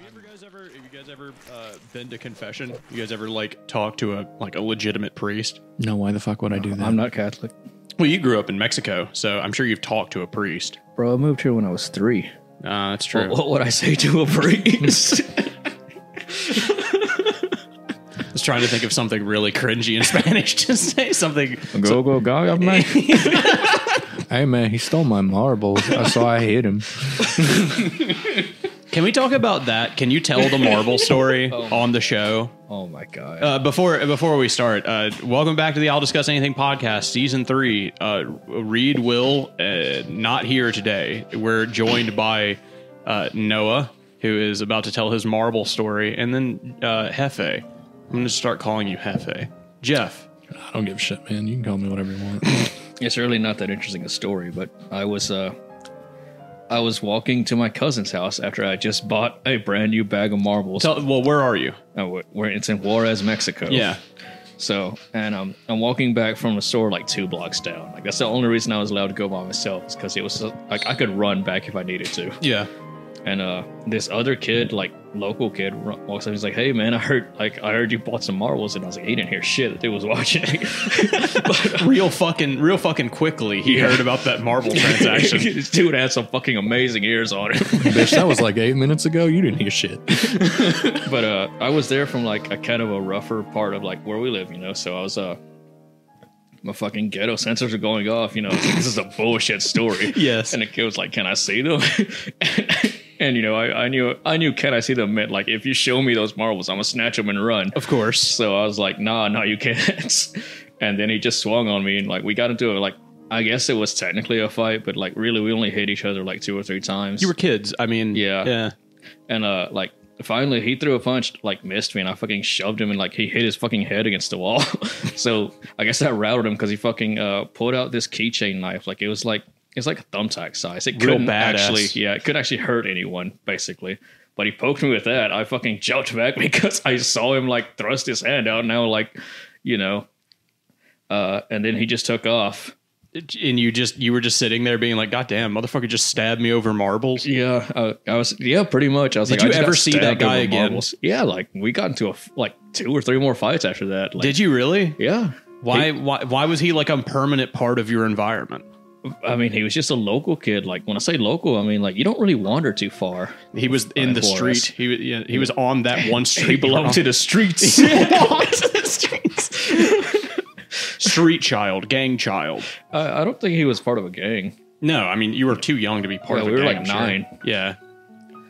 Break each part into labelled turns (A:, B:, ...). A: you ever guys ever have you guys ever uh, been to confession? You guys ever like talk to a like a legitimate priest?
B: No, why the fuck would I do that?
C: I'm not Catholic.
A: Well, you grew up in Mexico, so I'm sure you've talked to a priest.
C: Bro, I moved here when I was three.
A: Uh, that's true.
B: What would I say to a priest?
A: I was trying to think of something really cringy in Spanish to say something.
C: Go, go, go, go, man. hey, man, he stole my marbles. I saw I hit him.
A: Can we talk about that? Can you tell the marble story on the show?
C: Oh, my God.
A: Uh, before before we start, uh, welcome back to the I'll Discuss Anything podcast, season three. Uh, Reed will uh, not here today. We're joined by uh, Noah, who is about to tell his marble story, and then uh, Hefe. I'm going to start calling you Hefe. Jeff.
B: I don't give a shit, man. You can call me whatever you want.
C: it's really not that interesting a story, but I was uh I was walking to my cousin's house after I just bought a brand new bag of marbles.
A: Tell, well, where are you?
C: Uh, we're- we're- it's in Juarez, Mexico.
A: Yeah.
C: So, and um, I'm walking back from the store like two blocks down. Like that's the only reason I was allowed to go by myself is because it was uh, like I could run back if I needed to.
A: Yeah.
C: And uh, this other kid, like local kid, ru- walks up. He's like, "Hey, man, I heard like I heard you bought some marbles," and I was like, "He didn't hear shit. The dude was watching." but,
A: Real fucking, real fucking quickly, he heard about that marble transaction.
C: this dude had some fucking amazing ears on him.
B: Bitch, that was like eight minutes ago. You didn't hear shit.
C: but uh, I was there from like a kind of a rougher part of like where we live, you know. So I was uh, my fucking ghetto sensors are going off, you know. I was like, this is a bullshit story.
A: Yes.
C: And the kid was like, "Can I see them?" and you know, I, I knew I knew can I see them meant like if you show me those marbles, I'm gonna snatch them and run.
A: of course.
C: So I was like, nah, no, you can't. and then he just swung on me and like we got into a like I guess it was technically a fight, but like really we only hit each other like two or three times.
A: You were kids. I mean,
C: Yeah.
A: Yeah.
C: and uh like finally he threw a punch, like missed me, and I fucking shoved him and like he hit his fucking head against the wall. so I guess that rattled him because he fucking uh pulled out this keychain knife. Like it was like it's like a thumbtack size. It
A: Real
C: couldn't
A: badass.
C: actually yeah, it couldn't actually hurt anyone, basically. But he poked me with that. I fucking jumped back because I saw him like thrust his hand out. Now, like, you know, uh, and then he just took off.
A: and you just you were just sitting there being like, "God damn, motherfucker, just stabbed me over marbles."
C: Yeah, uh, I was. Yeah, pretty much. I was
A: Did
C: like, I
A: you
C: just
A: ever
C: got
A: see that
C: stabbed
A: guy
C: over
A: again?
C: marbles. Yeah, like we got into a f- like two or three more fights after that. Like,
A: Did you really?
C: Yeah,
A: Why why why was he like a permanent part of your environment?
C: I mean, he was just a local kid. Like when I say local, I mean like you don't really wander too far.
A: He was in the
C: for us.
A: street. He wa- yeah, he was on that one street.
C: He belonged to the streets.
A: street child, gang child.
C: I, I don't think he was part of a gang.
A: No, I mean you were too young to be part
C: Yeah,
A: of. a
C: we were,
A: gang,
C: like,
A: I'm sure.
C: nine.
A: Yeah,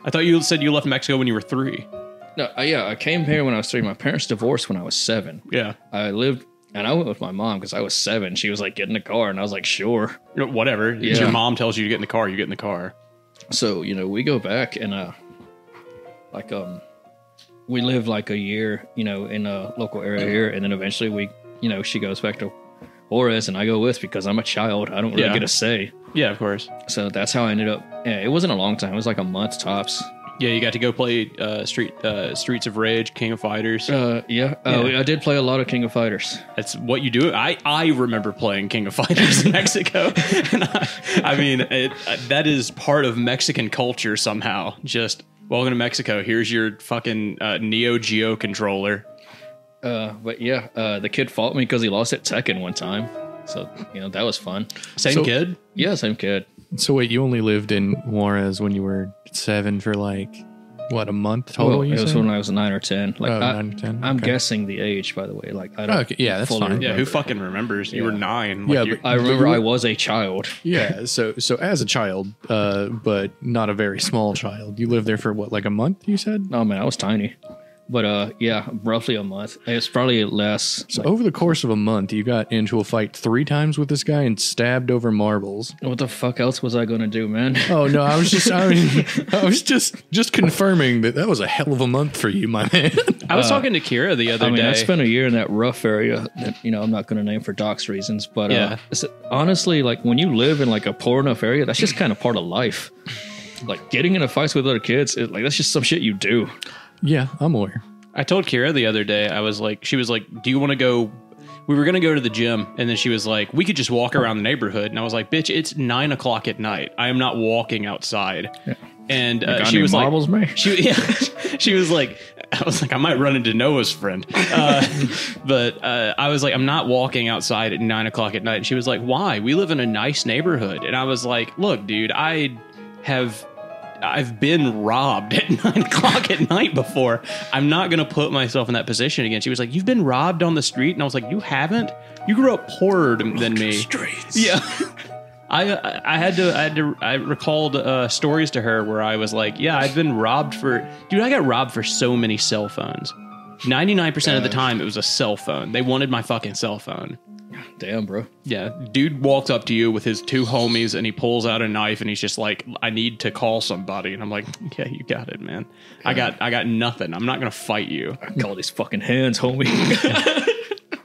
A: I thought you said you left Mexico when you were three.
C: No, I, yeah, I came here when I was three. My parents divorced when I was seven.
A: Yeah,
C: I lived and I went with my mom because I was seven. She was like, "Get in the car," and I was like, "Sure."
A: You know, whatever.
C: Yeah.
A: Your mom tells you to get in the car. You get in the car.
C: So you know, we go back and uh, like um, we live like a year, you know, in a local area here, and then eventually we, you know, she goes back to Juarez, and I go with because I'm a child. I don't really
A: Yeah.
C: get a say.
A: Yeah, of course.
C: So that's how I ended up. Yeah, it wasn't a long time. It was like a month tops.
A: Yeah, you got to go play uh, Street uh, Streets of Rage, King of Fighters.
C: Uh, yeah, uh,
A: Yeah.
C: I did play a lot of King of Fighters.
A: That's what you do. I, I remember playing King of Fighters in Mexico. And I, I mean, it, uh, that is part of Mexican culture somehow. Just welcome to Mexico. Here's your fucking uh, Neo Geo controller.
C: Uh, but yeah, uh, the kid fought me because he lost at Tekken one time. So you know that was fun.
A: Same
B: So-
A: kid.
C: Yeah, same kid.
B: So wait, you only lived in Juarez when you were seven for like what a month total?
C: Well,
B: you
C: it was
B: said?
C: when I was nine or ten. Like
B: Oh,
C: I,
B: nine or 10,
C: I'm
B: okay.
C: guessing the age, by the way. Like I don't.
B: Okay, yeah, that's
C: fully
B: fine.
A: Yeah, who fucking remembers? You were
C: Yeah.
A: nine.
B: Yeah,
A: you-
B: but-
C: I remember I was a child.
B: yeah. So so as a child, uh, but not a very small child. You lived there for what, like a month? You said.
C: Oh man, I was tiny. But uh, yeah, roughly a month. It's probably less.
B: So over the course of a month, you got into a fight three times with this guy and stabbed over marbles.
C: What the fuck else was I gonna do, man?
B: Oh no, I was just I was, I was just just confirming that that was a hell of a month for you, my man.
A: I was talking to Kira the other
C: I mean,
A: day.
C: I spent a year in that rough area that you know I'm not going to name for docs reasons, but
A: Yeah.
C: uh, it's- honestly, like when you live in like a poor enough area, that's just kind of part of life. Like getting into fights with other kids, it, like that's just some shit you do.
B: Yeah, I'm aware.
A: I told Kira the other day, I was like, she was like, Do you want to go? we were gonna go to the gym, and then she was like, "We could just walk around the neighborhood." And I was like, "Bitch, it's nine o'clock at night. I am not walking outside." And uh,
C: got
A: she
C: any
A: was
C: marbles,
A: like,
C: man?
A: "She yeah." she was like, "I was like, I might run into Noah's friend," uh, but uh, I was like, "I'm not walking outside at nine o'clock at night." And she was like, "Why? We live in a nice neighborhood." And I was like, "Look, dude, I have." I've been robbed at nine o'clock at night before. I'm not going to put myself in that position again. She was like, You've been robbed on the street. And I was like, You haven't? You grew up poorer than me.
B: Streets.
A: Yeah. I, I I had to I had to I recalled uh, stories to her where I was like, yeah, I've been robbed for dude, I got robbed for so many cell phones. Ninety nine percent of the time, it was a cell phone. They wanted my fucking cell phone.
C: Damn, bro.
A: Yeah, dude walks up to you with his two homies and he pulls out a knife and he's just like, "I need to call somebody." And I'm like, "Yeah, you got it, man. I got I got nothing. I'm not gonna fight you."
C: I call these fucking hands, homie.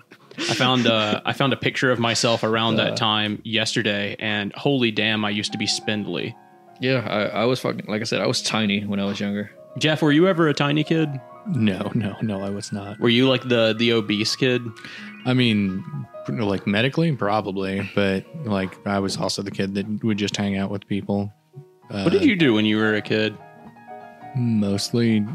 A: I found uh, I found a picture of myself around that time yesterday, and holy damn, I used to be spindly.
C: yeah, I, I was fucking like I said, I was tiny when I was younger.
A: Jeff, were you ever a tiny kid?
B: No, no, no, I was not.
A: Were you like the the obese kid?
B: I mean, like medically, probably, but like I was also the kid that would just hang out with people. Uh,
A: What did you do when you were a kid?
B: Mostly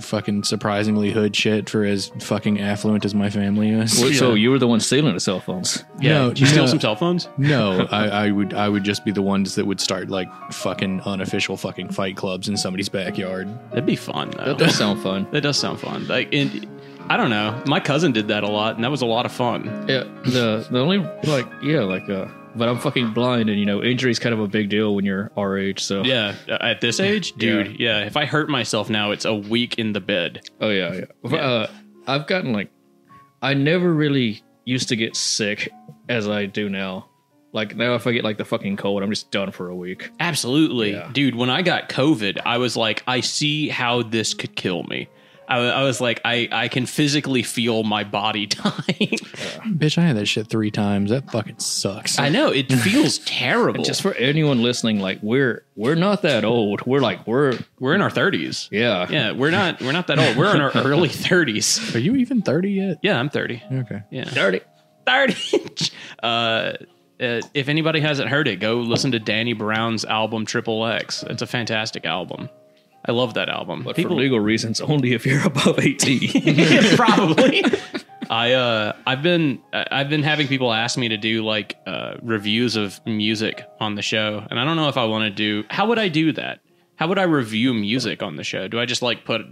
B: fucking surprisingly hood shit for as fucking affluent as my family is.
C: Well, So
A: Yeah.
C: you were the one stealing the cell phones.
B: No,
A: did you steal
B: no.
A: some cell phones?
B: No, I, I would I would just be the ones that would start like fucking unofficial fucking fight clubs in somebody's backyard.
A: That'd be fun though.
C: That does sound fun.
A: That does sound fun. Like, and I don't know. My cousin did that a lot, and that was a lot of fun.
C: Yeah, the the only like yeah like uh, but I'm fucking blind and you know injury's kind of a big deal when you're our age. So
A: Yeah, at this age, dude. Yeah. if I hurt myself now, it's a week in the bed.
C: Oh yeah, yeah. Uh, I've gotten like, I never really used to get sick as I do now. Like now, if I get like the fucking cold, I'm just done for a week.
A: Absolutely,
C: Yeah.
A: dude. When I got COVID, I was like, I see how this could kill me. I, I was like, I, I can physically feel my body dying.
B: Bitch, I had that shit three times. That fucking sucks.
A: I know it feels terrible.
C: Just for anyone listening, like we're we're not that old. We're like we're
A: we're in our thirties.
C: yeah
A: Yeah, we're not we're not that old. We're in our early thirties.
B: Are you even thirty yet?
A: Yeah, I'm thirty.
B: Okay.
A: Yeah,
C: dirty.
A: thirty. uh, uh, if anybody hasn't heard it, go listen to Danny Brown's album Triple X. It's a fantastic album. I love that album.
C: But for legal reasons, only if you're above eighteen.
A: Yeah, probably. I uh, I've been I- I've been having people ask me to do like uh, reviews of music on the show, and I don't know if I want to do. How would I do that? How would I review music on the show? Do I just like put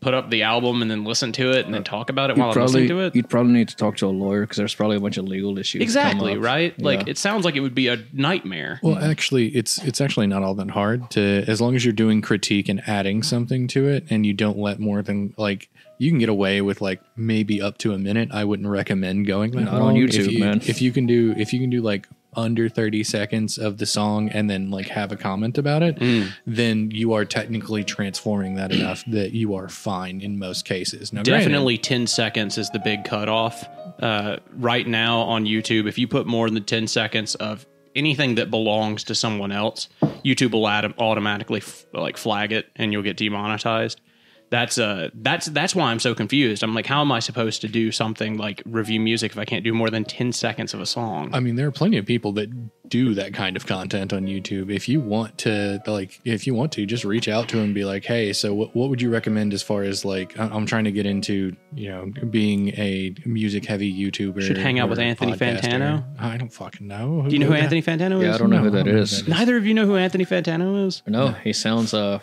A: put up the album and then listen to it and then talk about it while I'm listening to it?
C: you'd probably need to talk to a lawyer because there's probably a bunch of legal issues. come
A: Exactly
C: up.
A: right. Like
C: Yeah.
A: it sounds like it would be a nightmare.
B: Well, actually, it's it's actually not all that hard to as long as you're doing critique and adding something to it, and you don't let more than like you can get away with like maybe up to a minute. I wouldn't recommend going that
C: Not on
B: long. If
C: YouTube,
B: you-
C: man.
B: If you can do if you can do like under 30 seconds of the song and then like have a comment about it
C: Mm.
B: then you are technically transforming that enough that you are fine in most cases now granted,
A: Definitely 10 seconds is the big cutoff. Uh, right now on YouTube, if you put more than 10 seconds of anything that belongs to someone else, YouTube will autom- automatically f- like flag it and you'll get demonetized. That's uh that's that's why I'm so confused. I'm like, how am I supposed to do something like review music if I can't do more than 10 seconds of a song?
B: I mean, there are plenty of people that do that kind of content on YouTube. If you want to, like, if you want to, just reach out to them and be like, "Hey, so what, what would you recommend as far as like I- I'm trying to get into, you know, being a music-heavy YouTuber?"
A: Should hang out with
B: or
A: Anthony Fantano?
B: I don't fucking know.
A: do you know who Anthony Fantano is?
C: Yeah, I don't know who
B: No, I
C: that
B: don't know
C: is.
B: who
A: Neither of you know who Anthony Fantano is?
C: No, he sounds uh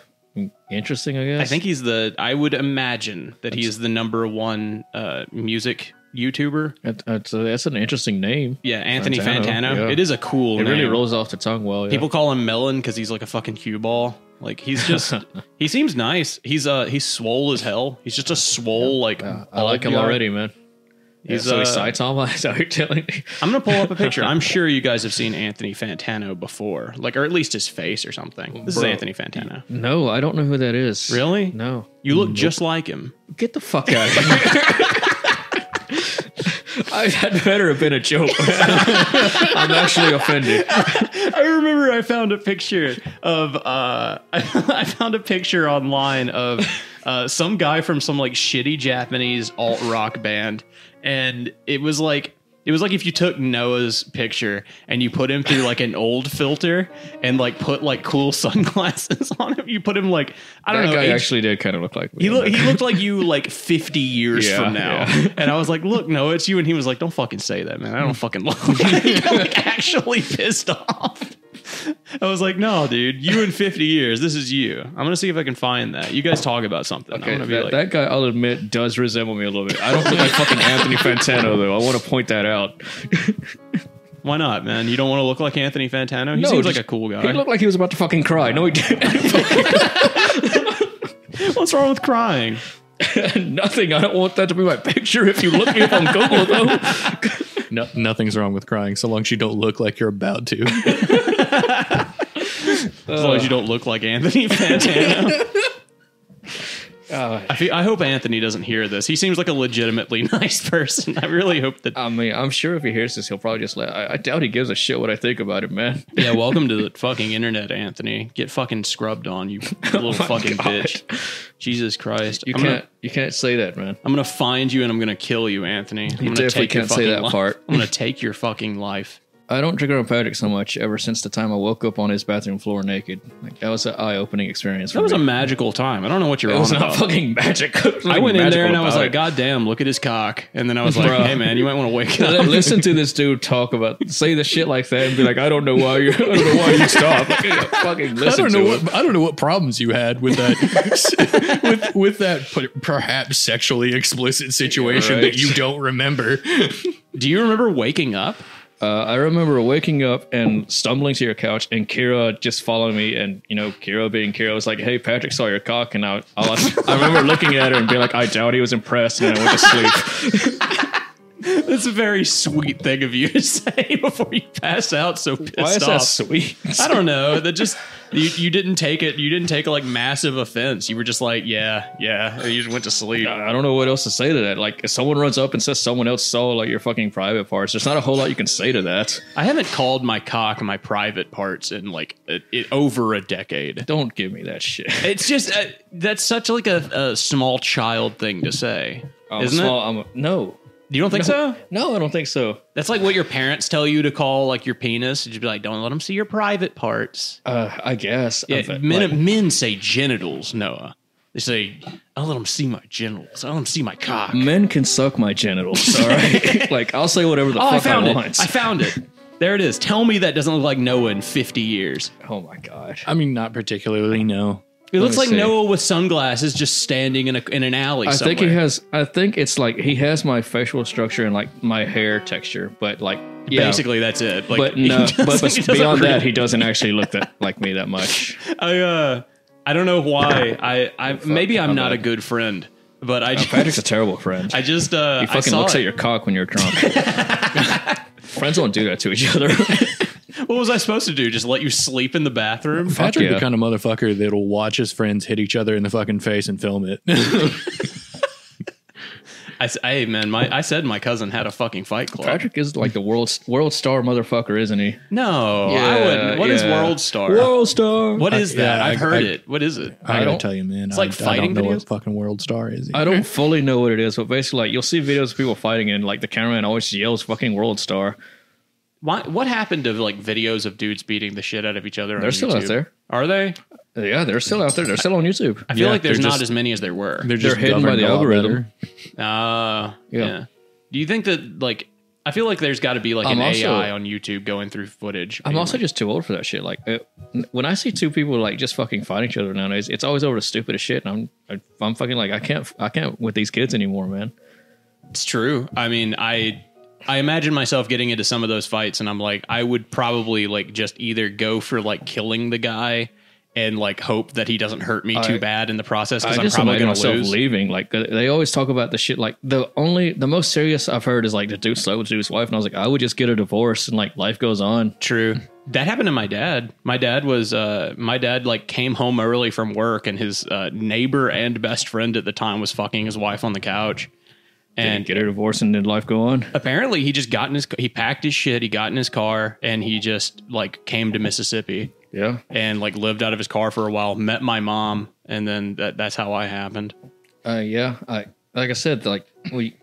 C: interesting. I guess.
A: I think he's the. I would imagine that he is the number one uh, music YouTuber.
C: That- That's, a, uh, that's an interesting name.
A: Yeah, Anthony
C: Fantano,
A: Fantano.
C: yeah.
A: It is a cool.
C: It really
A: name.
C: rolls off the tongue well. Yeah.
A: People call him Melon because he's like a fucking cue ball. Like he's just. he seems nice. He's uh he's swole as hell. He's just a swole like.
C: I like
A: bald
C: him
A: guy.
C: already, man.
A: He's,
C: He's so
A: uh,
C: Saitama. Is that what you're telling me?
A: I'm gonna pull up a picture. I'm sure you guys have seen Anthony Fantano before, like or at least his face or something. This
C: Bro.
A: is Anthony Fantano.
C: No, I don't know who that is.
A: Really?
C: No.
A: You look just like him.
C: Get the fuck out of here. I, that better have been a joke. I'm actually offended.
A: I remember I found a picture of uh, I found a picture online of uh, some guy from some like shitty Japanese alt rock band, and it was like it was like if you took Noah's picture and you put him through like an old filter and like put like cool sunglasses on him. You put him like I don't
C: that
A: know.
C: guy
A: age-
C: actually did kind of look like me.
A: he, look, he looked like you like 50 years
C: Yeah,
A: from now.
C: yeah.
A: And I was like, look, no, it's you. And he was like, don't fucking say that, man. I don't fucking love you. I'm, like actually pissed off. I was like, no, dude, you in 50 years, this is you. I'm going to see if I can find that. You guys talk about something.
C: Okay,
A: I'm going to be
C: that,
A: like,
C: that guy, I'll admit, does resemble me a little bit. I don't look like fucking Anthony Fantano, though. I want to point that out.
A: why not, man? You don't want to look like Anthony Fantano? He
C: No,
A: seems
C: just-
A: like a cool guy.
C: He looked like he was about to fucking cry. No, he didn't.
A: What's wrong with crying?
C: Nothing. I don't want that to be my picture. If you look me up on Google, though,
B: No, nothing's wrong with crying so long as you don't look like you're about to.
A: As long as you don't look like Anthony Fantano.
C: Uh,
A: I, feel, I hope Anthony doesn't hear this. He seems like a legitimately nice person. I really hope that
C: I mean, I'm sure if he hears this, he'll probably just let. I, I doubt he gives a shit what I think about him, man.
A: Yeah, welcome to the fucking internet, Anthony. Get fucking scrubbed on, you little fucking
C: Oh God.
A: bitch. Jesus Christ.
C: You
A: I'm
C: can't.
A: Gonna,
C: you can't say that, man.
A: I'm gonna find you and I'm gonna kill you, Anthony. I'm gonna
C: definitely
A: your
C: can't say
A: fucking
C: that
A: life.
C: part.
A: I'm gonna take your fucking life.
C: I don't trigger on Patrick so much ever since the time I woke up on his bathroom floor naked. Like that was an eye-opening experience. For
A: That was a
C: me.
A: magical time. I don't know what you're
C: It
A: on
C: was not
A: about.
C: fucking magic.
A: I went in there and I was like, God damn, look at his cock. And then I was like,
C: Bruh.
A: hey man, you might want to wake
C: Li-
A: up.
C: listen to this dude talk about say the shit like that and be like, I don't know why you, I don't know why you stop. fucking
B: I
C: listen
B: don't
C: to
B: know
C: him.
B: what I don't know what problems you had with that with with that per- perhaps sexually explicit situation
C: Right.
B: that you don't remember.
A: Do you remember waking up?
C: Uh, I remember waking up and stumbling to your couch, and Kira just following me, and you know, Kira being Kira was like, "Hey, Patrick saw your cock," and I, I, was, I remember looking at her and being like, "I doubt he was impressed," and I went to sleep.
A: That's a very sweet thing of you to say before you pass out so pissed
C: Why is
A: off.
C: that sweet?
A: I don't know. That just you, you didn't take it. You didn't take like massive offense. You were just like, yeah, yeah. and you just went to sleep.
C: I don't know what else to say to that. Like, if someone runs up and says someone else saw like your fucking private parts, there's not a whole lot you can say to that.
A: I haven't called my cock my private parts in like it, it, over a decade.
C: Don't give me that shit.
A: It's just uh, that's such like a, a small child thing to say,
C: I'm
A: isn't
C: Oh, small, I'm a- no,
A: it? You don't think so?
C: no, I don't think so.
A: That's like what your parents tell you to call like your penis. You'd be like, don't let them see your private parts.
C: Uh, I guess.
A: Yeah,
C: I've-
A: men,
C: like-
A: men say genitals, Noah. They say, I'll let them see my genitals. I'll let them see my cock.
C: Men can suck my genitals, all right? like, I'll say whatever the
A: Oh,
C: fuck
A: I found
C: I
A: it.
C: want.
A: I found it. There it is. Tell me that doesn't look like Noah in 50 years.
C: oh my god.
B: I mean, not particularly. No,
A: It looks
C: me
A: like
C: see.
A: Noah with sunglasses just standing in, a, in an alley
C: I
A: somewhere.
C: think he has. I think it's like he has my facial structure and like my hair texture, but like yeah.
A: Basically, that's it. Like,
C: But
A: he
C: no,
A: doesn't- he
C: but, but
A: doesn't
C: beyond that,
A: really-
C: he doesn't actually look that like me that much.
A: I, uh, I don't know why. I, I maybe I'm
C: my
A: not a
C: bad.
A: good friend, but I
C: Patrick's
A: just,
C: a terrible friend.
A: I just uh,
C: he
A: I
C: fucking
A: saw
C: looks
A: it.
C: at your cock when you're drunk. Friends don't do that to each other.
A: What was I supposed to do? Just let you sleep in the bathroom?
B: Patrick
C: yeah.
B: the kind of motherfucker that'll watch his friends hit each other in the fucking face and film it.
A: I, s- hey man, my I said my cousin had a fucking fight club.
C: Patrick is like the world world star motherfucker, isn't he?
A: No, I wouldn't. What is World Star?
C: World star.
A: What is
B: I-
A: that?
B: yeah,
A: I've
B: I-
A: heard
B: I-
A: it. What is it?
B: I,
C: I
B: gotta
C: don't-
B: tell you, man, it's
A: like
B: I,
A: fighting
B: don't know
A: videos?
B: what fucking world star is.
C: I don't fully know what it is, but basically, like you'll see videos of people fighting, and like the cameraman always yells "fucking world star."
A: Why, what happened to like videos of dudes beating the shit out of each other?
C: They're still out there.
A: Are they?
C: Yeah, they're still out there. They're still on YouTube.
A: I feel
B: Yeah,
A: like there's
B: they're
A: not
B: just-
A: as many as there were.
B: They're
C: They're
B: just
C: hidden by
B: governed
C: the
B: a lot
C: algorithm.
B: better.
A: Uh, yeah.
C: Yeah.
A: Do you think that like I feel like there's got to be like
C: I'm
A: an
C: also-
A: AI on YouTube going through footage?
C: I'm
A: maybe.
C: also just too old for that shit. Like it, when I see two people like just fucking fighting each other nowadays, it's always over the stupidest shit. And I'm I, I'm fucking like I can't I can't with these kids anymore, man.
A: it's true. I mean, I I imagine myself getting into some of those fights, and I'm like, I would probably like just either go for like killing the guy. And like hope that he doesn't hurt me too
C: I-
A: bad in the process
C: I
A: because I'm
C: just
A: probably
C: imagine
A: gonna
C: myself
A: lose.
C: leaving. Like they always talk about the shit. Like the only the most serious I've heard is like the dude slept with his wife, and I was like, I would just get a divorce, and like life goes on.
A: True. That happened to my dad. My dad was uh my dad like came home early from work and his uh, neighbor and best friend at the time was fucking his wife on the couch.
C: And
A: And
C: get a divorce, and then life go on.
A: apparently he just got in his he packed his shit, he got in his car and he just like came to Mississippi
C: Yeah,
A: and like lived out of his car for a while, met my mom and then that, that's how I happened.
C: Uh, yeah, I like I said, like we,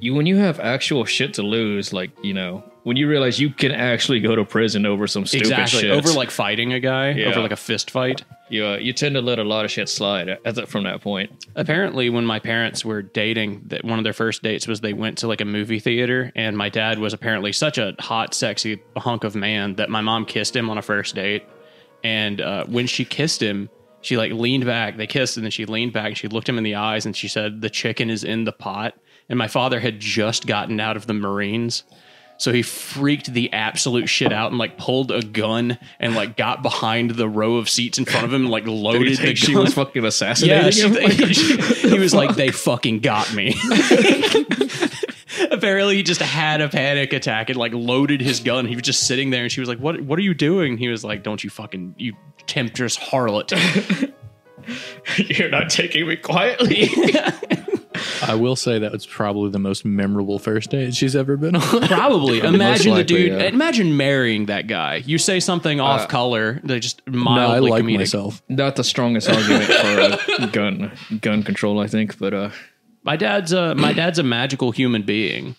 C: you when you have actual shit to lose, like you know, when you realize you can actually go to prison over some stupid shit,
A: over like fighting a guy,
C: Yeah.
A: over like a fist fight.
C: you uh, you tend to let a lot of shit slide at that, from that point.
A: Apparently, when my parents were dating, that one of their first dates was they went to like a movie theater, and my dad was apparently such a hot, sexy hunk of man that my mom kissed him on a first date. And uh, when she kissed him, she like leaned back. They kissed, and then she leaned back and she looked him in the eyes and she said, "The chicken is in the pot." And my father had just gotten out of the Marines. So he freaked the absolute shit out and like pulled a gun and like got behind the row of seats in front of him and like
C: Did
A: loaded
C: you
A: the gun.
C: think she was fucking assassinating
A: Yeah,
C: him? Like,
A: she- she- he was like, they fucking got me. Apparently, he just had a panic attack and like loaded his gun. He was just sitting there, and she was like, "What? What are you doing?" He was like, "Don't you fucking you temptress harlot."
C: You're not taking me quietly.
B: I will say that was probably the most memorable first date she's ever been on.
A: Probably.
B: Most
A: Imagine the
B: likely,
A: dude.
B: yeah. Uh,
A: Imagine marrying that guy. You say something off color, they just mildly comedic.
B: myself.
C: not the strongest argument for uh, gun gun control, I think, but uh,
A: My dad's a my dad's a magical human being.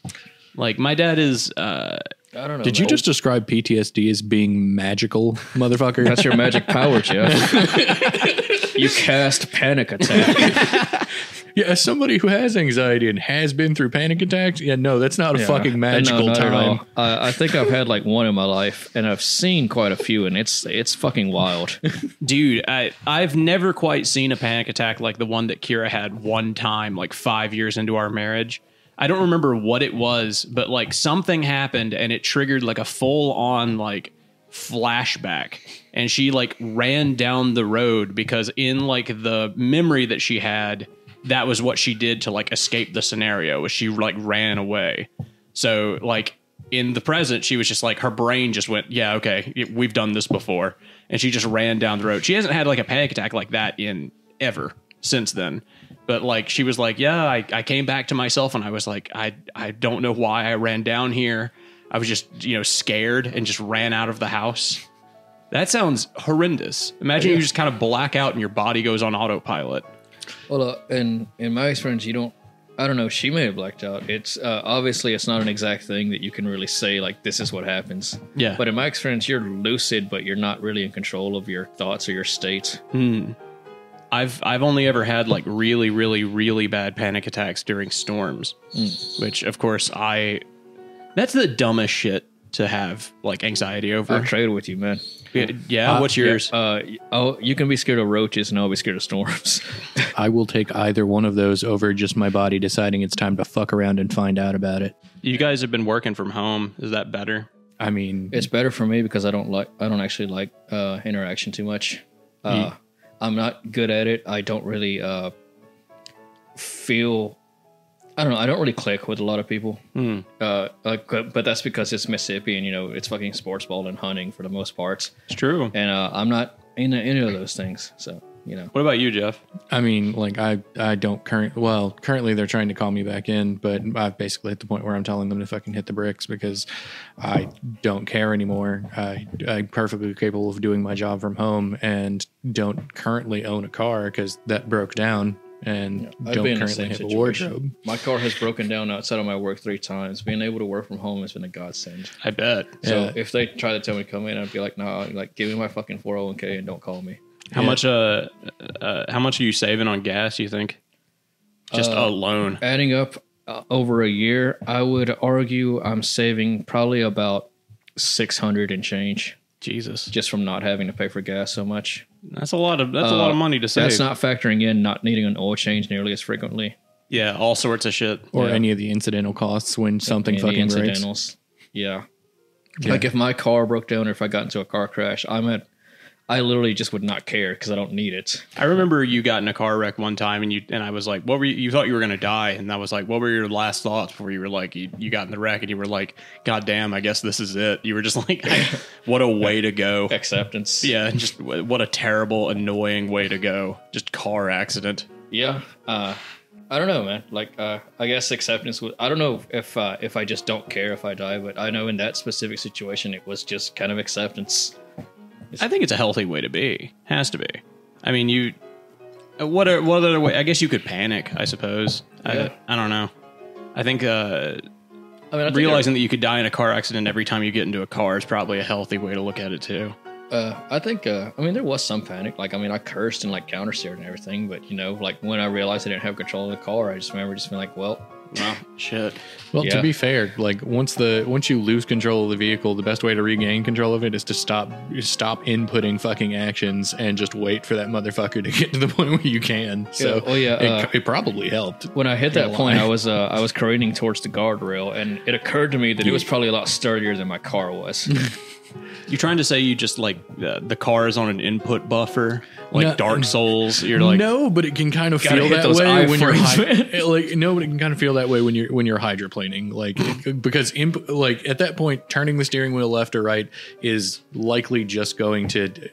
A: Like my dad is. uh
C: I don't know.
B: Did you just describe PTSD as being magical, motherfucker?
C: That's your magic power, Jeff. you cast panic attack.
B: yeah, as somebody who has anxiety and has been through panic attacks, yeah, no, that's not a fucking magical
C: No, not at all.
B: time.
C: I, I think I've had like one in my life, and I've seen quite a few, and it's it's fucking wild.
A: Dude, I I've never quite seen a panic attack like the one that Kira had one time, like five years into our marriage. I don't remember what it was, but like something happened and it triggered like a full on like flashback. And she like ran down the road because in like the memory that she had, that was what she did to like escape the scenario was she like ran away. So like in the present, she was just like her brain just went, yeah, okay, y- we've done this before, and she just ran down the road. She hasn't had like a panic attack like that in ever since then. But like she was like, yeah, I, I came back to myself and I was like, I I don't know why I ran down here. I was just you know scared and just ran out of the house. That sounds horrendous. Imagine you just kind of black out and your body goes on autopilot.
C: Well, uh, in in my experience, you don't. I don't know. She may have blacked out. It's uh, obviously it's not an exact thing that you can really say like this is what happens.
A: Yeah.
C: But in my experience, you're lucid, but you're not really in control of your thoughts or your state.
A: I've I've only ever had like really really really bad panic attacks during storms, which of course I that's the dumbest shit to have like anxiety
C: I'll
A: over.
C: trade with you, man.
A: Yeah, yeah, what's yours?
C: Uh, oh, you can be scared of roaches, and I'll be scared of storms.
B: I will take either one of those over just my body deciding it's time to fuck around and find out about it.
A: you guys have been working from home. Is that better?
B: I mean,
C: it's better for me because I don't like I don't actually like uh, interaction too much. Uh, I'm not good at it. I don't really uh, feel. I don't know. I don't really click with a lot of people.
B: Hmm.
C: Uh, like, but but that's because it's Mississippi, and you know it's fucking sports ball and hunting for the most part.
A: It's true.
C: And uh, I'm not into any of those things. So you know,
A: What about you, Jeff?
B: I mean, like I, I don't current. Well, currently they're trying to call me back in, but I've basically hit the point where I'm telling them to fucking hit the bricks because I don't care anymore. I, I'm perfectly capable of doing my job from home and don't currently own a car because that broke down and
C: I've
B: don't
C: been in the
B: currently
C: same
B: have a
C: situation.
B: wardrobe.
C: my car has broken down outside of my work three times. Being able to work from home has been a godsend.
A: I bet.
C: So
B: Yeah.
C: if they try to tell me to come in, I'd be like, nah, like give me my fucking 401k and don't call me.
A: How much uh, uh how much are you saving on gas, you think? Just alone.
C: adding up uh, over a year, I would argue I'm saving probably about 600 and change
A: Jesus.
C: just from not having to pay for gas so much.
A: That's a lot of uh, that's a lot of money to save.
C: That's not factoring in not needing an oil change nearly as frequently.
A: yeah, all sorts of shit.
B: Or
C: Yeah.
B: any of the incidental costs when something
C: Any
B: fucking breaks.
C: incidentals. Yeah.
B: Yeah.
C: Like if my car broke down or if I got into a car crash, I'm at I literally just would not care because I don't need it.
A: I remember you got in a car wreck one time, and you and I was like, "What were you? You thought you were going to die?" And I was like, "What were your last thoughts before you were like you, you got in the wreck?" And you were like, "God damn, I guess this is it." You were just like, "What a way to go!"
C: Acceptance.
A: Yeah, just wh- what a terrible, annoying way to go. Just car accident.
C: yeah uh i don't know man like uh i guess acceptance would i don't know if uh if i just don't care if i die but i know in that specific situation it was just kind of acceptance
A: I think it's a healthy way to be. Has to be. I mean, you Uh, What are, what other way? I guess you could panic. I suppose.
C: Yeah.
A: I, I don't know. I think uh,
C: I mean, I think
A: realizing that you could die in a car accident every time you get into a car is probably a healthy way to look at it too.
C: Uh, I think, uh, I mean, there was some panic. Like, I mean, I cursed and like counter steered and everything, but you know, like when I realized I didn't have control of the car, I just remember just being like, well,
A: Well, shit.
B: Well,
C: Yeah.
B: to be fair, like once the once you lose control of the vehicle, the best way to regain control of it is to stop stop inputting fucking actions and just wait for that motherfucker to get to the point where you can. So,
C: Yeah, well, yeah,
B: it,
C: uh,
B: it probably helped.
C: when I hit that
B: Yeah,
C: point,
B: why?
C: I was, uh, I was careening towards the guardrail and it occurred to me that it was probably a lot sturdier than my car was.
A: You trying to say you just like uh, the car is on an input buffer, like
B: No.
A: Dark Souls? You're like,
B: no, but it can kind of
C: Gotta
B: feel
C: hit
B: that
C: those
B: way when you're
C: iframes,
B: hy-
C: man.
B: it, like no, but it can kind of feel that way when you're when you're hydroplaning, like it- because imp- like at that point, turning the steering wheel left or right is likely just going to d-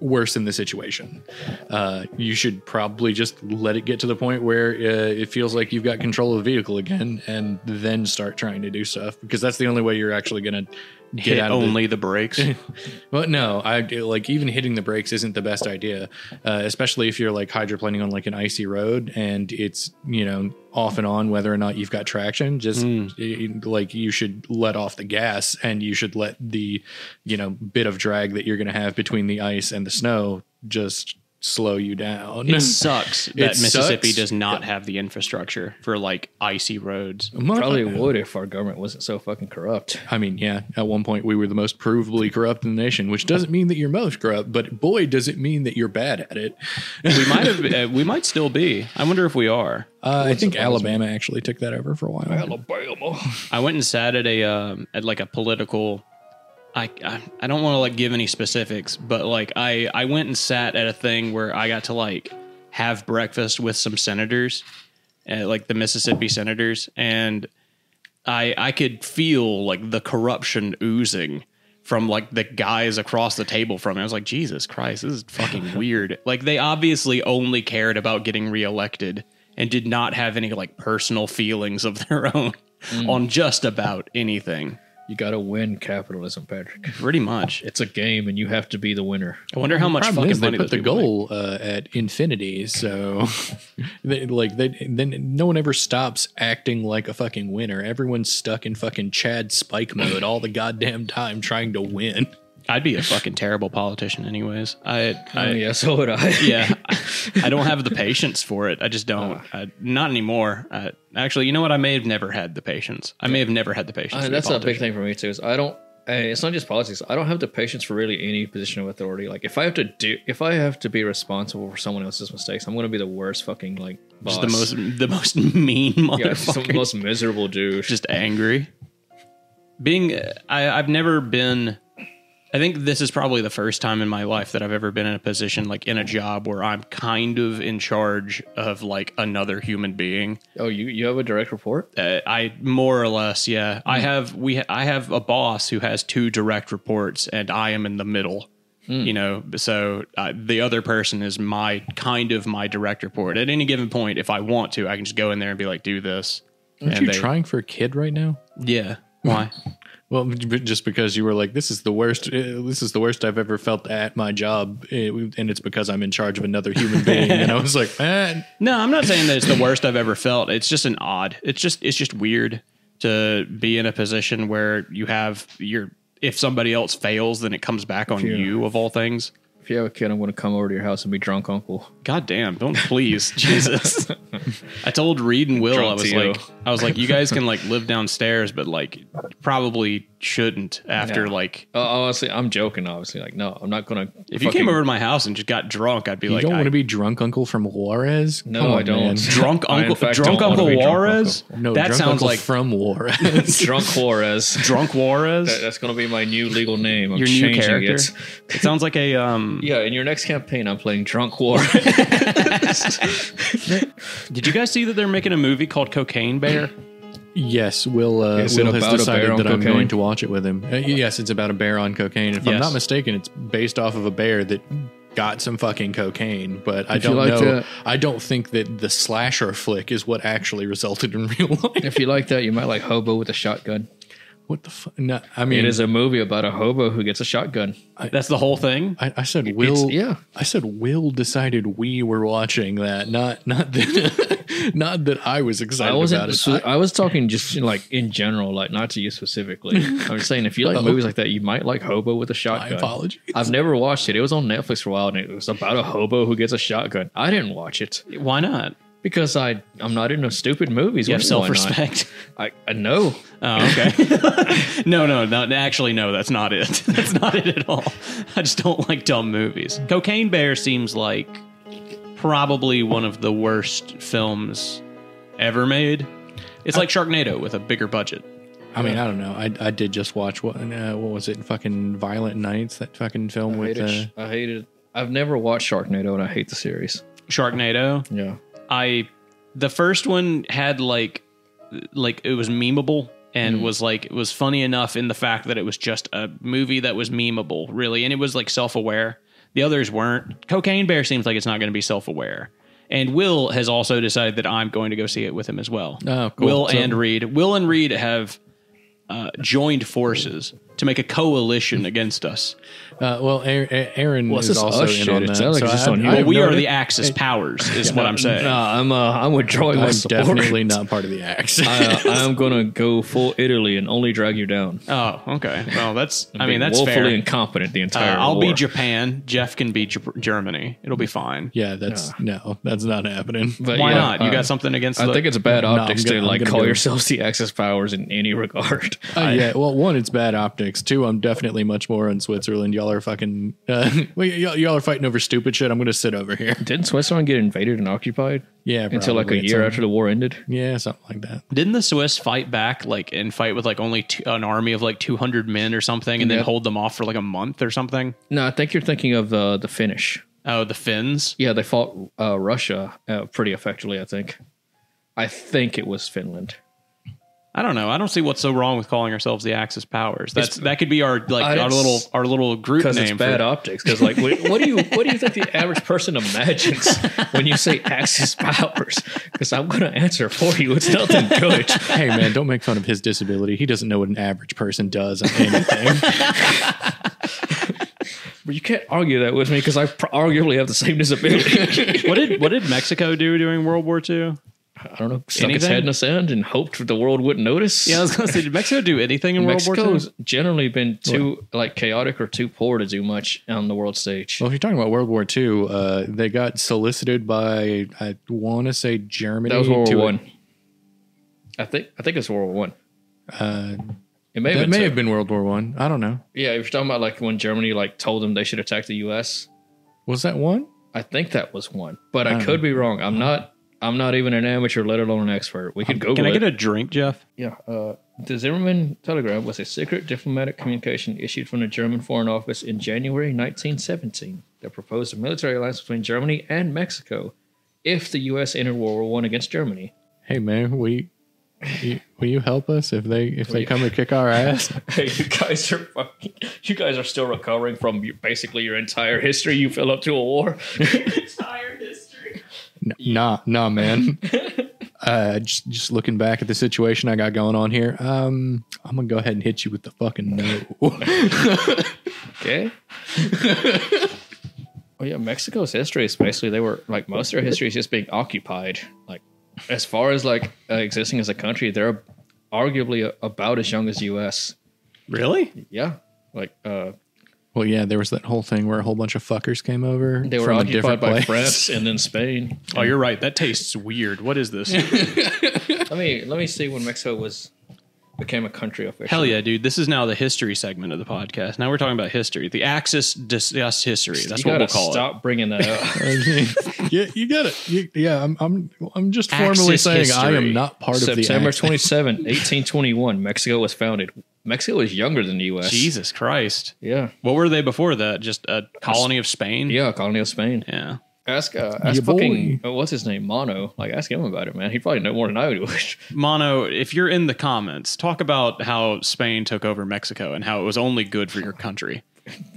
B: worsen the situation. Uh, you should probably just let it get to the point where uh, it feels like you've got control of the vehicle again, and then start trying to do stuff because that's the only way you're actually going to get
A: hit
B: out of the,
A: only the brakes.
B: well, no, I like even hitting the brakes isn't the best idea, uh, especially if you're like hydroplaning on like an icy road and it's you know off and on whether or not you've got traction. Just y- y- like you should let off the gas and you should let the you know bit of drag that you're going to have between the ice and the snow just slow you down.
A: It sucks that Mississippi
B: sucks.
A: does not have the infrastructure for like icy roads.
C: probably would if our government wasn't so fucking corrupt.
B: I mean, yeah, at one point we were the most provably corrupt in the nation, which doesn't mean that you're most corrupt, but boy, does it mean that you're bad at it.
A: We might have, uh, we might still be. I wonder if we are.
B: Uh, I think Alabama actually took that over for a while.
C: Alabama.
A: I went and sat at a um, at like a political. I I, I don't want to like give any specifics, but like I I went and sat at a thing where I got to like have breakfast with some senators, uh, like the Mississippi senators, and I I could feel like the corruption oozing from like the guys across the table from me. I was like, Jesus Christ, this is fucking weird. Like they obviously only cared about getting reelected and did not have any like personal feelings of their own
B: Mm.
A: on just about anything.
C: You got to win capitalism, Patrick.
A: Pretty much.
C: It's a game and you have to be the winner.
A: I wonder how much
B: Problem
A: fucking
B: is they
A: money
B: put
A: those
B: the
A: people make.
B: goal uh, at infinity, so they, like they then no one ever stops acting like a fucking winner. Everyone's stuck in fucking Chad Spike mode all the goddamn time trying to win.
A: I'd be a fucking terrible politician, anyways. I, I
C: Oh, yeah, so would I.
A: yeah, I, I don't have the patience for it. I just don't.
C: Uh.
A: I, not anymore. I, actually, you know what? I may have never had the patience. I may have never had the patience.
C: I
A: to
C: mean,
A: be
C: Uh, that's a big
A: politician.
C: thing for me too. Is I don't. I, it's not just politics. I don't have the patience for really any position of authority. Like if I have to do, if I have to be responsible for someone else's mistakes, I'm going to be the worst fucking like boss.
A: Just the most, the most mean
C: yeah, just
A: motherfucker.
C: the most miserable dude.
A: just angry. Being, I, I've never been. I think this is probably the first time in my life that I've ever been in a position like in a job where I'm kind of in charge of like another human being.
C: oh, you you have a direct report?
A: Uh, I more or less, yeah. I have we I have a boss who has two direct reports, and I am in the middle. You know, so uh, the other person is my kind of my direct report. At any given point, if I want to, I can just go in there and be like, "Do this."
B: Aren't you trying for a kid right now?
A: Yeah. Why?
B: Well, b- just because you were like, this is the worst. uh, This is the worst I've ever felt at my job, uh, and it's because I'm in charge of another human being. and I was like, man,
A: No, I'm not saying that it's the worst I've ever felt. It's just an odd. It's just it's just weird to be in a position where you have your if somebody else fails, then it comes back on you of all things.
C: If you have a kid, I'm going to come over to your house and be drunk uncle.
A: God damn, don't please. Jesus. I told Reed and Will I
C: Drunk
A: was
C: Tito.
A: like I was like, you guys can like live downstairs, but like probably shouldn't after
C: Yeah.
A: like
C: Uh, honestly, I'm joking. Obviously, like no, I'm not going to.
A: if you came over to my house and just got drunk, I'd be
B: you
A: like
B: don't
A: I-
B: want to be drunk uncle from Juarez.
C: No,
B: Come on,
C: I don't.
B: man.
A: drunk
C: I, in
A: uncle
C: fact,
A: drunk
C: don't wanna
A: uncle
C: be drunk
A: Juarez?
B: No,
A: that
B: drunk
A: sounds
B: uncle
A: like
B: from Juarez.
C: drunk Juarez.
A: drunk Juarez.
C: That- That's going to be my new legal name. I'm
A: Your new
C: changing
A: character?
C: it.
A: it sounds like a um
C: Yeah, in your next campaign, I'm playing drunk Juarez.
A: Did you guys see that they're making a movie called Cocaine Bear?
B: yes, Will. Uh,
C: Is it
B: Will has
C: about a bear
B: decided
C: on
B: that I'm
C: cocaine?
B: going to watch it with him. Uh, yes, it's about a bear on cocaine. If I'm
A: Yes.
B: not mistaken, it's based off of a bear that got some fucking cocaine. But I
C: If you
B: don't
C: like
B: know.
C: that-
B: I don't think that the slasher flick is what actually resulted in real life.
C: If you like that, you might like Hobo with a shotgun.
B: What the fuck? No, I mean,
C: It is a movie about a hobo who gets a shotgun.
A: That's the whole thing.
B: I, I said Will.
C: It's- yeah.
B: I said Will decided we were watching that. Not not that not that I was excited
C: I wasn't.
B: about it.
C: so- I, was talking just like in general, like not to you specifically. I was saying if you like
B: Oh.
C: movies like that, you might like Hobo with a
B: I, my
C: shotgun.
B: apologies.
C: I've never watched it. It was on Netflix for a while, and it was about a hobo who gets a shotgun. I didn't watch it
A: Why not?
C: because I I'm not into stupid movies.
A: You have
C: What do you
A: self
C: want?
A: respect.
C: I, I know.
A: Oh, okay. no, no, no. Actually, no. That's not it. That's not it at all. I just don't like dumb movies. Cocaine Bear seems like probably one of the worst films ever made. It's like Sharknado with a bigger budget.
B: I mean, I don't know. I I did just watch what uh, what was it? Fucking Violent Nights. That fucking film
C: I
B: with.
C: hate
B: Uh,
C: it. I hate it. I've never watched Sharknado, and I hate the series.
A: Sharknado.
C: Yeah.
A: I the first one had like like it was memeable and
B: Mm-hmm.
A: was like it was funny enough in the fact that it was just a movie that was memeable really and it was like self-aware the others weren't cocaine bear seems like it's not going to be self-aware and will has also decided that i'm going to go see it with him as well
B: Oh, cool.
A: will
B: So-
A: and reed will and reed have uh, joined forces to make a coalition against us
B: uh, well, Aaron, Aaron
C: Well, it's
B: is
C: just
B: also
C: us
B: in
C: shit.
B: on
C: It
B: that.
C: sounds like it's just on you.
B: have
A: well, we
B: no
A: are
B: idea.
A: the axis powers is what i'm saying
C: Nah, I'm uh, I'm withdrawing my
B: I'm
C: support.
B: definitely not part of the axe.
C: I, uh, I'm gonna go full Italy and only drag you down.
A: oh okay well that's i mean
C: Being
A: that's
C: woefully
A: fair
C: incompetent the
A: Uh,
C: entire.
A: I'll be
C: war.
A: Japan. Jeff can be J- Germany. It'll be fine.
B: yeah, that's no, that's not happening.
C: But
A: Why
C: yeah,
A: not? You
C: uh,
A: got something against?
C: I
A: the,
C: think it's bad
B: I'm
C: optics
B: gonna-
C: to
B: I'm
C: like
B: gonna
C: call
B: go-
C: yourselves the Axis powers in any regard.
B: Uh, yeah, well, one, it's bad optics. Two, I'm definitely much more on Switzerland. Y'all are fucking. Uh, well, y'all, y'all are fighting over stupid shit. I'm gonna sit over here.
C: Didn't Switzerland get invaded and occupied
B: Yeah,
C: until like
B: probably.
C: a
B: It's
C: year after the war ended?
B: Yeah, something like that.
A: Didn't the Swiss fight back like and fight with like only two, an army of like two hundred men or something, and
C: Yeah.
A: then hold them off for like a month or something?
C: No, I think you're thinking of uh, the Finnish.
A: Oh, the Finns.
C: Yeah, they fought uh, Russia uh, pretty effectively. I think. I think it was Finland.
A: I don't know. I don't see what's so wrong with calling ourselves the Axis powers. That's that could be our like
C: I
A: our
C: don't
A: little
C: s-
A: our little group
C: Because
A: name.
C: it's bad
A: for,
C: optics. Because like, what, what do you what do you think the average person imagines when you say Axis powers? Because I'm going to answer for you. It's nothing good.
B: Hey man, don't make fun of his disability. He doesn't know what an average person does on anything.
C: But you can't argue that with me because I pr- arguably have the same disability.
A: what did what did Mexico do during World War II?
C: I don't know. Stuck its
A: Anything?
C: head in the sand and hoped the world wouldn't notice.
A: Yeah, I was gonna say, did Mexico do anything in World War
C: Mexico's
A: II?
C: generally been too like chaotic or too poor to do much on the world stage.
B: well, if you're talking about World War II, uh, they got solicited by I want to say Germany.
C: that was World
B: to-
C: War One. I think I think it's World War One.
B: Uh,
C: It may, have
B: that
C: been,
B: may
C: two.
B: have been World War One. I. I don't know.
C: Yeah, if you're talking about like when Germany like told them they should attack the U.S.,
B: Was that one?
C: I think that was one, but I
B: don't
C: could be wrong. I'm not. I'm not even an amateur, let alone an expert. We could Google
A: Um, Can I
C: it.
A: get a drink, Jeff?
C: Yeah. Uh, the Zimmerman telegram was a secret diplomatic communication issued from the German Foreign Office in January 1917 that proposed a military alliance between Germany and Mexico if the U.S. entered World War One against Germany.
B: Hey man, we. You, will you help us if they if they come to kick our ass?
C: Hey, you guys are fucking. You guys are still recovering from your, basically your entire history. You fell up to a war.
A: Entire history.
B: N- Nah, nah, man. uh, just just looking back at the situation I got going on here, um, I'm gonna go ahead and hit you with the fucking no.
C: Okay. oh yeah, Mexico's history is basically they were like most of their history is just being occupied. Like as far as like uh, existing as a country, they're arguably a- about as young as the U.S.
A: Really?
C: Yeah, like uh,
B: well, yeah, there was that whole thing where a whole bunch of fuckers came over.
C: they were
B: from a
C: occupied
B: different
C: by
B: place.
C: France and then Spain.
A: Oh, you're right. That tastes weird. What is this?
C: Let me let me see when Mexico was became a country officially.
A: Hell yeah, dude. This is now the history segment of the podcast. Now we're talking about history. The Axis discuss history. That's
C: you
A: what
C: gotta
A: we'll call
C: stop bringing that up.
B: yeah, you get it. You, yeah, I'm I'm I'm just formally
A: Axis
B: saying I
A: history.
B: am not part
C: September
B: of the. Axis.
C: 27, 1821, Mexico was founded. Mexico was younger than the U.S.
A: it. Jesus Christ.
C: Yeah,
A: What were they before that? Just a colony of Spain?
C: yeah, colony of Spain.
A: Yeah.
C: Ask uh, ask
B: boy.
C: fucking uh, what's his name Mono. Like ask him about it, man. He'd probably know more than I would.
A: Mono, if you're in the comments, talk about how Spain took over Mexico and how it was only good for your country.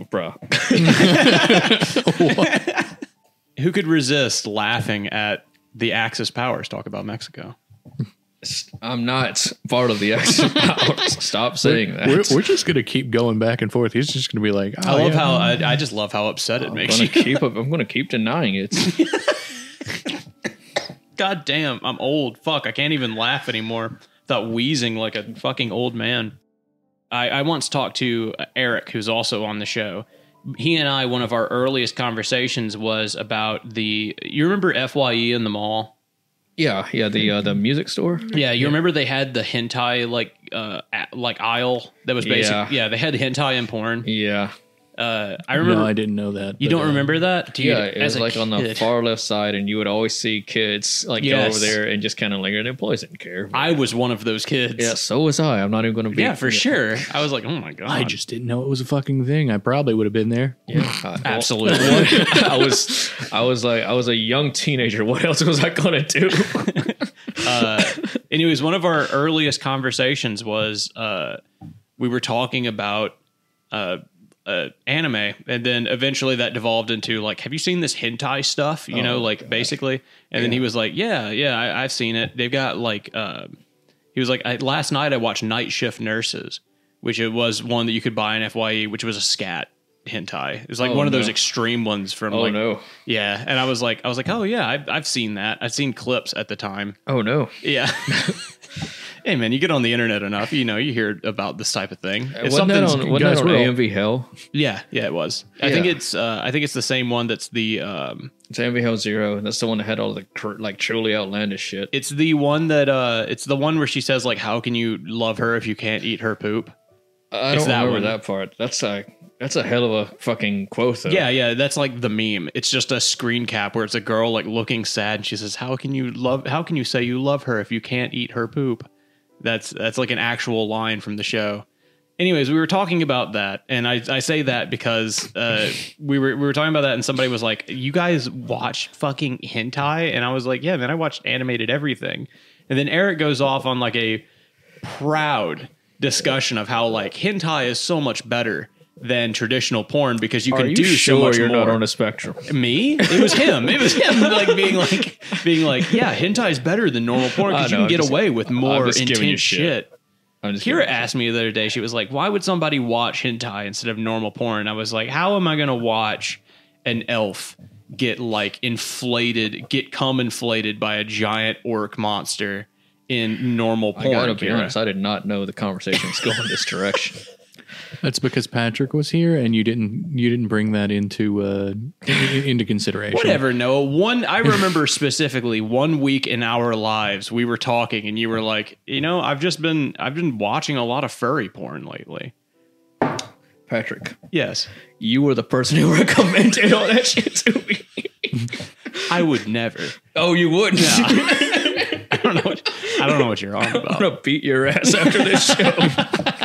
C: Bruh.
A: Who could resist laughing at the Axis powers talk about Mexico?
C: I'm not part of the action. Stop saying that.
B: We're, we're just gonna keep going back and forth. He's just gonna be like,
A: I
B: "Oh,
A: love
B: yeah,
A: how I, I just love how upset it
C: I'm
A: makes
C: gonna
A: you.
C: keep. I'm gonna keep denying it.
A: God damn, I'm old. Fuck, I can't even laugh anymore. Without wheezing like a fucking old man. I, I once talked to Eric, who's also on the show. He and I, one of our earliest conversations was about the. You remember Fye in the mall?
C: Yeah, yeah. The uh, the music store.
A: Yeah, you remember they had the hentai like uh a- like aisle that was basic.
C: Yeah.
A: Yeah, they had hentai and porn.
C: Yeah,
A: Uh, I
B: No,
A: remember.
B: I didn't know that.
A: you
B: but,
A: don't
B: uh,
A: remember that? Dude,
C: yeah. It was
A: as a
C: like on the
A: kid,
C: far left side, and you would always see kids like go
A: Yes.
C: over there and just kind of linger. The employees didn't care.
A: I was one of those kids.
C: yeah, so was I. I'm not even gonna be.
A: Yeah, for sure. I was like, oh my god,
B: I just didn't know it was a fucking thing. I probably would have been there.
C: Yeah, I- well,
A: absolutely.
C: I was, I was like, I was a young teenager. What else was I gonna do?
A: uh, anyways, one of our earliest conversations was uh, we were talking about uh, uh, anime, and then eventually that devolved into like, have you seen this hentai stuff? You
C: Oh,
A: know, like basically. And then he was like, yeah, yeah, I, I've seen it. They've got like, uh, he was like, I, last night I watched Night Shift Nurses, which it was one that you could buy in Fye, which was a scat hentai. It was like
C: Oh,
A: one of those
C: no.
A: extreme ones from
C: Oh
A: like
C: no!
A: yeah and i was like i was like oh yeah I've, I've seen that i've seen clips at the time
C: Oh no!
A: yeah. hey man, you get on the internet enough, you know, you hear about this type of thing. If
C: Uh, wasn't that
A: something's-
C: on, wasn't
B: guys,
C: that on
B: we're all-
C: AMV Hell?
A: yeah, yeah, it was. I
C: Yeah.
A: think it's uh I think it's the same one that's the um
C: It's AMV Hell Zero. That's the one that had all the cr- like truly outlandish shit.
A: it's the one that uh it's the one where she says like how can you love her if you can't eat her poop?
C: I
A: It's
C: don't
A: that
C: remember
A: one.
C: that part. That's a that's a hell of a fucking quote though.
A: Yeah, yeah, that's like the meme. It's just a screen cap where it's a girl like looking sad and she says how can you love how can you say you love her if you can't eat her poop? That's that's like an actual line from the show. Anyways, we were talking about that, and I, I say that because uh, we were we were talking about that, and somebody was like, "You guys watch fucking hentai," and I was like, "Yeah, man, I watched animated everything." And then Eric goes off on like a proud discussion of how like hentai is so much better than traditional porn because you
C: Are
A: can
C: you
A: do
C: sure
A: so much
C: you're
A: more.
C: not on a spectrum?
A: Me? It was him. It was him like being like being like, yeah, hentai is better than normal porn
C: I
A: because you
C: know,
A: can
C: I'm
A: get
C: just-
A: away with more
C: just giving you
A: intense
C: shit.
A: shit.
C: I'm just
A: Kira
C: kidding.
A: asked me the other day, she was like, Why would somebody watch hentai instead of normal porn? I was like, How am I gonna watch an elf get like inflated, get cum inflated by a giant orc monster in normal
C: I
A: porn?
C: gotta be
A: Kira?"
C: honest. I did not know the conversation was going this direction.
B: That's because Patrick was here, and you didn't you didn't bring that into uh, in- into consideration.
A: Whatever, Noah. One I remember specifically one week in our lives we were talking and you were like, you know, I've just been I've been watching a lot of furry porn lately.
C: Patrick,
A: Yes.
C: you were the person who recommended all that shit to me.
A: I would never.
C: Oh, you would?
A: I
C: No.
A: don't know what I don't know what you're on
C: I'm
A: about.
C: gonna beat your ass after this show.